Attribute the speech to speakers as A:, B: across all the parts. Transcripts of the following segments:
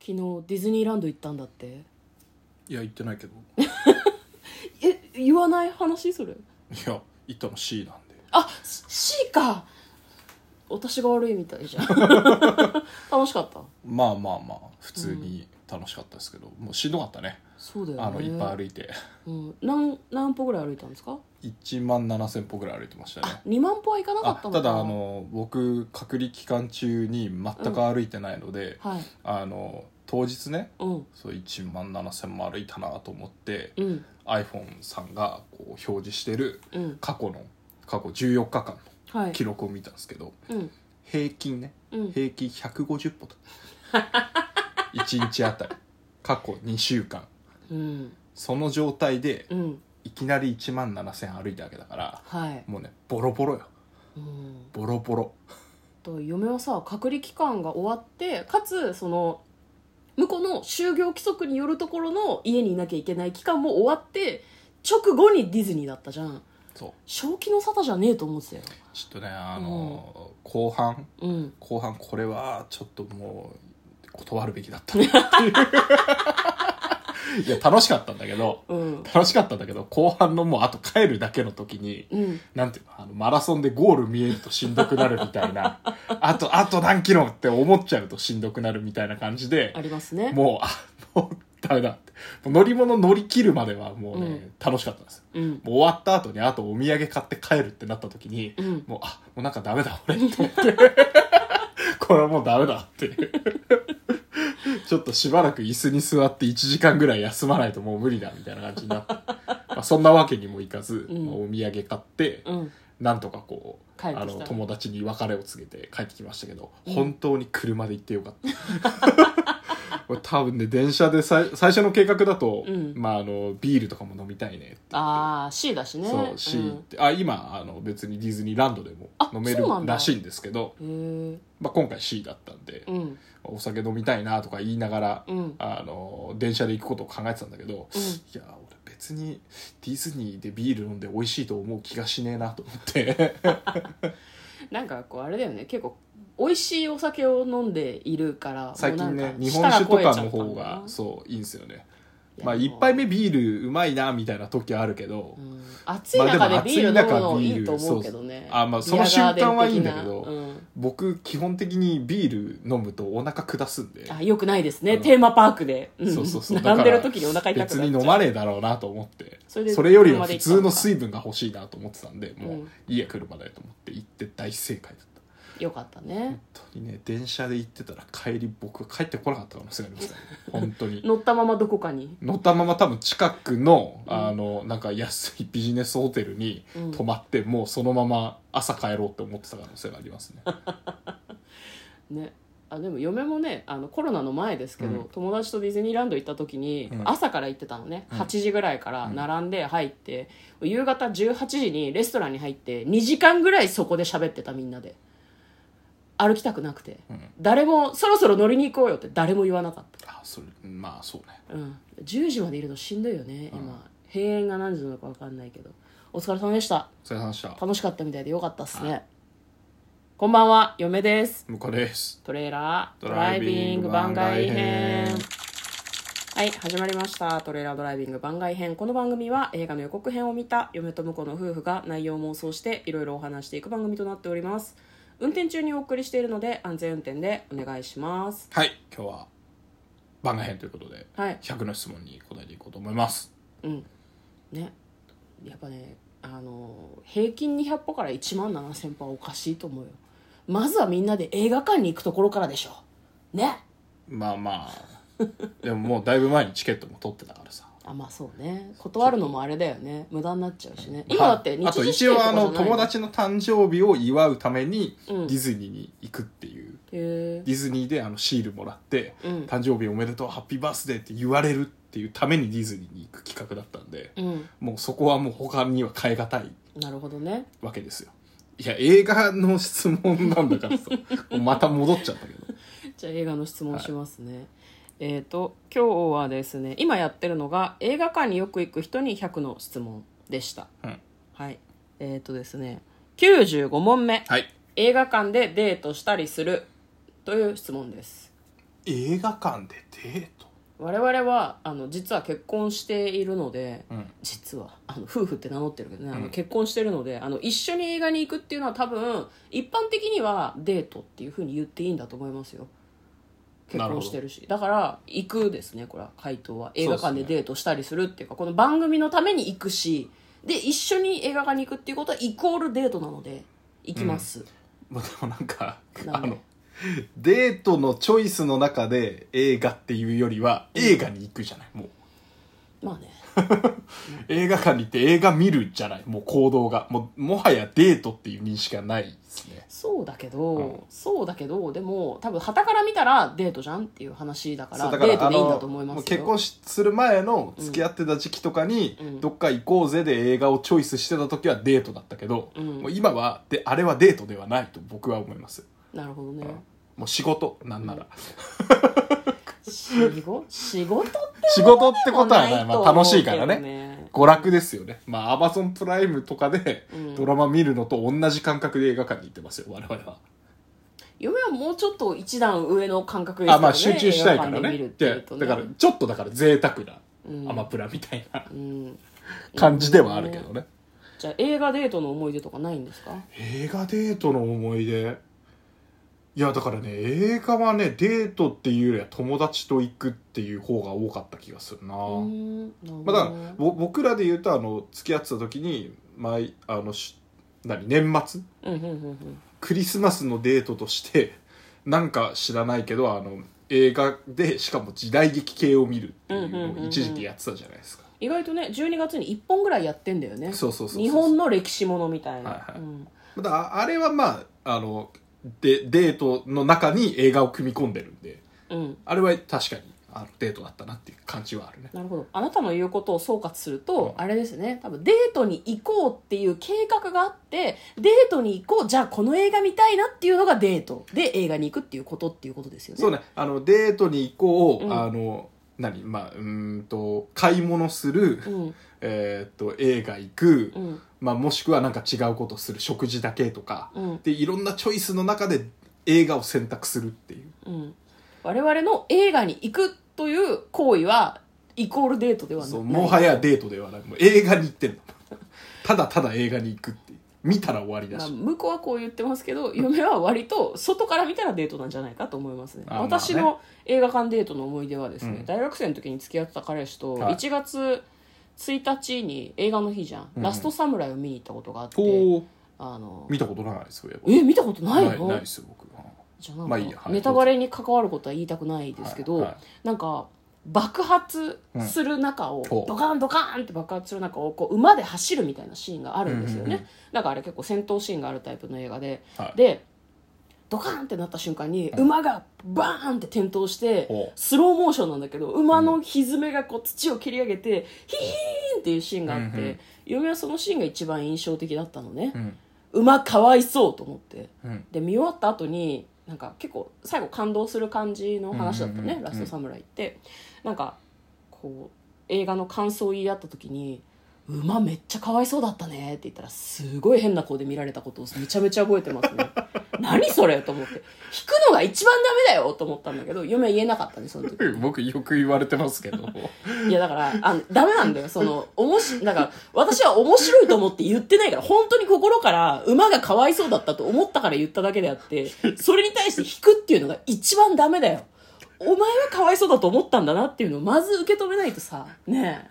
A: 昨日ディズニーランド行ったんだって
B: いや言ってないけど
A: え言わない話それ
B: いや行ったの C なんで
A: あ C か私が悪いみたいじ ゃん楽しかった
B: まあまあまあ普通に楽しかったですけど、もうしんどかったね
A: そうだよね
B: あのいっぱい歩いて
A: うん、何何歩ぐらい歩いたんですか
B: 1万7000歩ぐらい歩いてましたね
A: 2万歩はいかなか
B: あ
A: ったのか
B: ただあの僕隔離期間中に全く歩いてないので、
A: はい
B: あの当日ね
A: うん
B: そう1万7000も歩いたなと思って、
A: うん
B: iPhone さんがこう表示してる
A: うん
B: 過去の過去14日間
A: は
B: の
A: い
B: 記録を見たんですけど、
A: うん
B: 平均ね
A: うん
B: 平均150歩と 1日あたり過去2週間
A: うん
B: その状態で
A: うん
B: いきなり1万7000歩いたわけだから
A: はい、
B: もうねボロボロよ
A: うん、
B: ボロボロ
A: と嫁はさ隔離期間が終わってかつその向こうの就業規則によるところの家にいなきゃいけない期間も終わって直後にディズニーだったじゃん
B: そう
A: 正気の沙汰じゃねえと思ってたよ
B: ちょっとねあのー、後半
A: うん
B: 後半これはちょっともう断るべきだったなっていういや楽しかったんだけど
A: うん
B: 楽しかったんだけど後半のもうあと帰るだけの時に
A: うん
B: なんていうのあのマラソンでゴール見えるとしんどくなるみたいな あとあと何キロって思っちゃうとしんどくなるみたいな感じで
A: ありますね
B: もうあもうダメだってもう乗り物乗り切るまではもうね、
A: うん
B: 楽しかったんですよ
A: うん
B: もう終わった後にあとお土産買って帰るってなった時に、
A: うん
B: もうあもうなんかダメだ俺って思って これはもうダメだって いうちょっとしばらく椅子に座って1時間ぐらい休まないともう無理だみたいな感じになって、まあ、そんなわけにもいかず、
A: うん
B: まあお土産買って、
A: うん
B: なんとかこう
A: 帰ってきた
B: あの友達に別れを告げて帰ってきましたけど、
A: うん
B: 本当に車で行ってよかった これ多分ね電車でさい最初の計画だと、
A: うん
B: まあ、あのビールとかも飲みたいねって
A: ああ C だしね
B: そう C って、あ今あの別にディズニーランドでも
A: あ
B: 飲める
A: そうなんだ
B: らしいんですけど、
A: うん、へえ
B: まあ、今回 C だったんで、
A: うん
B: お酒飲みたいなとか言いながら、
A: うん
B: あの電車で行くことを考えてたんだけど、
A: うん
B: いや俺別にディズニーでビール飲んで美味しいと思う気がしねえなと思って。
A: なんかこうあれだよね結構美味しいお酒を飲んでいるから
B: 最近
A: もうな
B: ね
A: ん
B: 日本酒と
A: 舌
B: かの
A: 超え
B: 方
A: ちゃったんだ
B: が
A: な
B: そういいんですよね
A: いや
B: まあ
A: で
B: 一
A: も
B: 杯目ビールうまいなみたいな時はあるけど、
A: うん暑い中でビール飲むのいいと思うけどね、
B: まあでも暑い中ビールそうそうあまあその瞬間はいいんだけど
A: ビアガーデン的
B: 僕基本的にビール飲むとお腹下すんで
A: なうんあよくないですね、
B: うん
A: テーマパークで、ん
B: そうそうそう
A: 並んでる時にお腹痛くなっちゃ
B: 別
A: う
B: に飲まねえだろうなと思って
A: それで
B: それよりも普通の水分が欲しいなと思ってたんでも
A: う
B: うんいいや車だよと思って行って大正解だった
A: よかったね
B: 本当にね電車で行ってたら帰り僕は帰ってこなかった可能性があ りますね本当に
A: 乗ったままどこかに
B: 乗ったまま多分近くの,、
A: うん
B: あのなんか安いビジネスホテルに
A: うん
B: 泊まって、もうそのまま朝帰ろうって思ってた可能性がありますね
A: ねあでも嫁もねあのコロナの前ですけど、
B: うん
A: 友達とディズニーランド行った時に、
B: うん
A: 朝から行ってたのね、
B: うん
A: 8時ぐらいから並んで入って、夕方18時にレストランに入って2時間ぐらいそこで喋ってたみんなで歩きたくなくて、
B: うん
A: 誰もそろそろ乗りに行こうよって誰も言わなかっ
B: あそれまあそうね
A: た、うん、10時までいるのしんどいよね今、閉園が何時なのか分かんないけどお疲れ様でした
B: それ話した
A: 楽しかったみたいでよかったっすね、こんばんは嫁です
B: 向こうです
A: トレーラード
B: ド
A: ラ
B: ラ
A: イ
B: イ
A: ビ
B: ビ
A: ン
B: ン
A: グ
B: グ
A: 番
B: 番
A: 外
B: 外
A: 編
B: 編
A: はい始まりましたトレーラードライビング番外編この番組は映画の予告編を見た嫁と婿の夫婦が内容を妄想していろいろお話していく番組となっております運転中にお送りしているので安全運転でお願いします
B: はい今日は番外編ということで
A: はい
B: 100の質問に答えていこうと思います
A: うんねやっぱねあの平均200歩から1万7000歩はおかしいと思うよまずはみんなで映画館に行くところからでしょね
B: まあまあ でももうだいぶ前にチケットも取ってたからさ
A: あまあそうね断るのもあれだよね無駄になっちゃうしね今
B: はい
A: だって日
B: あと
A: 時指定と
B: 一応
A: かじ
B: あ
A: ゃ
B: の
A: ない
B: 友達の誕生日を祝うためにデ
A: うん
B: ィズニーに行くっていう、
A: へえ
B: ディズニーであのシールもらって、
A: うん
B: 誕生日おめでとうハッピーバースデーって言われるっていうためにディズニーに行く企画だったんで、
A: うん
B: もうそこはもう他には変え難い
A: なるほどね
B: わけですよいや映画の質問なんだ からさまた戻っちゃったけど
A: じゃあ映画の質問しますね、えっ、と今日はですね今やってるのが映画館によく行く人に100の質問でした、
B: うん
A: はいえっ、とですね95問目
B: はい
A: 映画館でデートしたりするという質問です
B: 映画館でデート
A: 我々はあの実は結婚しているので
B: うん
A: 実はあの夫婦って名乗ってるけどね、あ
B: う
A: の
B: ん
A: 結婚してるのであの一緒に映画に行くっていうのは多分一般的にはデートっていうふうに言っていいんだと思いますよ結
B: なるほ
A: 婚
B: ど
A: してるしだから行くですねこれは回答は映画館で
B: そうですね
A: デートしたりするっていうかこの番組のために行くしで一緒に映画館に行くっていうことはイコールデートなので行きます、
B: まあでもなんか
A: な
B: あ
A: んで
B: のデートのチョイスの中で映画っていうよりは映画に行くじゃないもう
A: まあね
B: 映画館に行って映画見るじゃないもう行動がもうもはやデートっていう認識がないですね
A: そうだけど、
B: うん
A: そうだけどでも多分傍から見たらデートじゃんっていう話だから
B: そう
A: デートでいいん
B: あ
A: だ
B: の
A: と思いますよ
B: もう結婚しする前の付き合ってた時期とかに、
A: うん
B: どっか行こうぜで映画をチョイスしてた時はデートだったけど、
A: うん
B: もう今はであれはデートではないと僕は思います、
A: なるほどね、
B: もう仕事なんなら、
A: 仕事仕事って
B: 仕事ってことはない、
A: と
B: ま
A: 思
B: あ、
A: う
B: 楽しいから
A: けど
B: ね
A: ね
B: 娯楽ですよねまあアマゾンプライムとかで
A: うん
B: ドラマ見るのと同じ感覚で映画館に行ってますよ我々は
A: 嫁はもうちょっと一段上の感覚です
B: あまあ集中したいから
A: 映画館で見るっ
B: ね
A: ていう
B: で
A: と
B: だ
A: ね
B: からちょっとだから贅沢な
A: うん
B: アマプラみたいな
A: うん
B: 感じではあるけどね
A: じゃあ映画デートの思い出とかないんですか
B: 映画デートの思い出いやだからね映画はねデートっていうよりは友達と行くっていう方が多かった気がするな、
A: うーんなるほ
B: ま
A: ど
B: あ、だ
A: ね
B: からぼ僕らで言うとあの付き合ってた時に毎あのし何年末
A: うんうんうんうん
B: クリスマスのデートとしてなんか知らないけどあの映画でしかも時代劇系を見るっていう
A: うんうんうん
B: の
A: う
B: を
A: ん
B: 一時期やってたじゃないですか、
A: 意外とね12月に1本ぐらいやってんだよね
B: そうそうそうそう
A: 日本の歴史ものみたいな、
B: はいはい
A: うん
B: だからあれはまああのでデートの中に映画を組み込んでるんで
A: うん
B: あれは確かにあのデートだったなっていう感じはあるね
A: なるほどあなたの言うことを総括すると、
B: うん
A: あれですね多分デートに行こうっていう計画があってデートに行こうじゃあこの映画見たいなっていうのがデートで映画に行くっていうことっていうことですよね
B: そうねあのデートに行こう、
A: うん
B: あの何まあうーんと買い物する、
A: うん
B: えーっと映画行く、
A: うん
B: まあ、もしくはなんか違うことする食事だけとか、
A: うん
B: でいろんなチョイスの中で映画を選択するっていう
A: うん我々の映画に行くという行為はイコールデートではない
B: そうもはやデートではないもう映画に行っ てんのただただ映画に行くっていう見たら終わりだ
A: まあ
B: し、
A: 向こうはこう言ってますけど嫁は割と外から見たらデートなんじゃないかと思いますね
B: あまあね
A: 私の映画館デートの思い出はですね、
B: うん
A: 大学生の時に付き合ってた彼氏と
B: はい
A: 1月1日に映画の日じゃん「
B: うん
A: ラストサムライ」を見に行ったことがあって、
B: こう
A: あの
B: 見たことないですよ
A: え見たことない
B: ない
A: の
B: ないですよ僕は
A: じゃあなんか、
B: まあいいやはい
A: ネタバレに関わることは言いたくないですけど、
B: はいはい
A: なんか爆発する中を、
B: ほう
A: ドカンドカンって爆発する中をこう馬で走るみたいなシーンがあるんですよね、
B: うんうんうん
A: だからあれ結構戦闘シーンがあるタイプの映画で、
B: はい
A: でドカンってなった瞬間に馬がバーンって転倒して、
B: ほう
A: スローモーションなんだけど馬の蹄がこう土を蹴り上げて、ヒヒーンっていうシーンがあって、
B: うんうん
A: 嫁はそのシーンが一番印象的だったのね
B: う、ん
A: 馬かわいそうと思って。
B: うん
A: で見終わった後になんか結構最後感動する感じの話だったね「
B: うんうんうん
A: ラストサムライ」って、なんかこう映画の感想を言い合った時に「馬めっちゃかわいそうだったね」って言ったらすごい変な顔で見られたことをめちゃめちゃ覚えてます ね何それと思って引くのが一番ダメだよと思ったんだけど嫁は言えなかったねその時
B: 僕よく言われてますけど
A: いやだからあのダメなんだよそのおもしだから私は面白いと思って言ってないから本当に心から馬がかわいそうだったと思ったから言っただけであってそれに対して引くっていうのが一番ダメだよお前はかわいそうだと思ったんだなっていうのをまず受け止めないとさね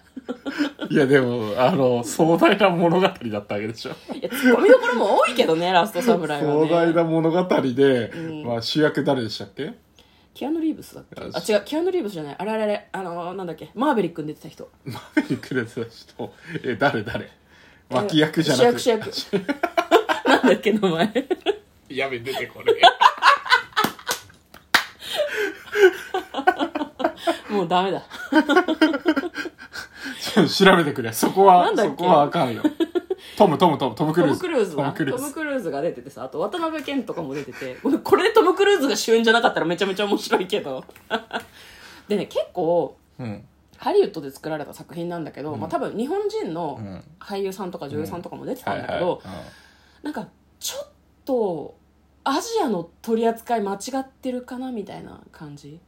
B: いやでもあの壮大な物語だったわけでしょ
A: えいやツッコミどころも多いけどねラストサムライ
B: 壮
A: は
B: 大
A: ね
B: な物語で、
A: うん
B: まあ、主役誰でしたっけ
A: キアヌ・リーブスだっけあ違うキアヌ・リーブスじゃないあれあれあれあのーなんだっけマーベリックに出てた人
B: マーベリック出てた人え誰誰脇役じゃなくて
A: 主役主役なんだっけ名前
B: やべ出てこれ
A: もうダメだ
B: 調べてくれそこ
A: な
B: は
A: んだっけ
B: そこはあかんよトムトムトムトムク
A: ト
B: ルー
A: ム・
B: ズ
A: クルーズ
B: トム
A: な
B: ク
A: ト
B: ルー
A: ム・
B: ズ
A: クルーズが出ててさあと渡辺謙とかも出ててごめんこれでトム・クルーズが主演じゃなかったらめちゃめちゃ面白いけど でね結構
B: うん
A: ハリウッドで作られた作品なんだけど、まあ、多分日本人の
B: うん
A: 俳優さんとか女優さんとかも出てた
B: は
A: ん
B: い
A: だ
B: は
A: け
B: い、
A: ど、
B: う
A: なんかちょっとアジアの取り扱い間違ってるかなみたいな感じ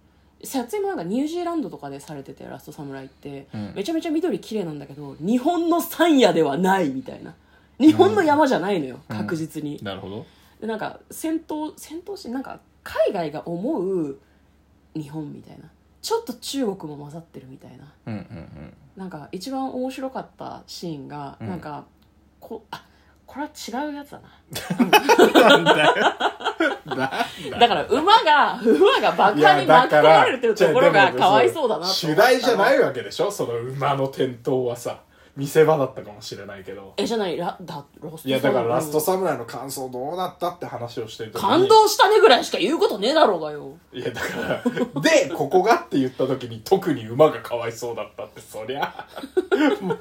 A: 撮影もなんかニュージーランドとかでされてて「ラストサムライ」って、
B: うん
A: めちゃめちゃ緑綺麗なんだけど日本の山野ではないみたいな日本の山じゃないのよ、
B: うん
A: 確実に、
B: なるほど
A: でなんか戦闘戦闘シーンなんか海外が思う日本みたいなちょっと中国も混ざってるみたいな
B: うんうん
A: なんか一番面白かったシーンが、
B: うん
A: なんかこあこれは違うやつだな
B: うんな んだよなんだ
A: だから馬が馬が爆破に巻き込まれてるところがかわいそうだなと思
B: 主
A: ったの
B: 題じゃないわけでしょその馬の転倒はさ見せ場だったかもしれないけど
A: えじゃないラだラスト
B: いやだからラスト
A: さ
B: サムライの感想どうだったって話をしてる時に
A: 感動したねぐらいしか言うことねえだろうがよ
B: いやだから でここがって言った時に特に馬がかわいそうだったってそりゃ もう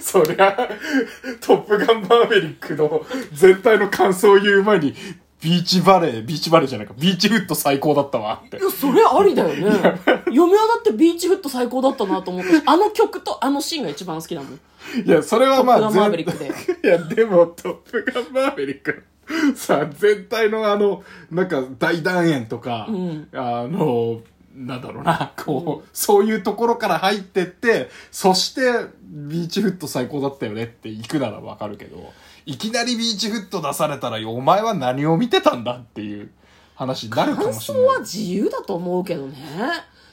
B: そりゃ「トップガンマーヴェリック」の全体の感想を言う前にビーチバレービーチバレーじゃないかビーチフット最高だったわって
A: いやそれありだよね嫁はだってビーチフット最高だったなと思ったしあの曲とあのシーンが一番好きだもん
B: いや、それはまあ、
A: トップガンマーヴェリック
B: 全体 いや、でも、トップガンマーヴェリック。 さあ、全体のあの、なんか、大団円とか、
A: ん
B: あの、なんだろうな、こう、そういうところから入ってって、そして、ビーチフット最高だったよねって行くならわかるけど、いきなりビーチフット出されたら、お前は何を見てたんだっていう話になるかも
A: 感
B: し
A: 想
B: れない
A: は。自由だと思うけどね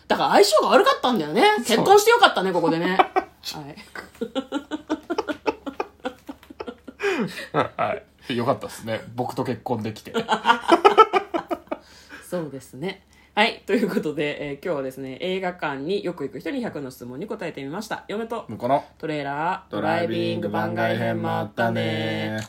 A: だから相性が悪かったんだよね結婚してよかったねここでねはい
B: はい。よかったですね。僕と結婚できて。
A: そうですね。はい。ということで、えー今日はですね、映画館によく行く人に100の質問に答えてみました。嫁と
B: 向こうの、
A: トレーラー、
B: ドライビング番外編もあったね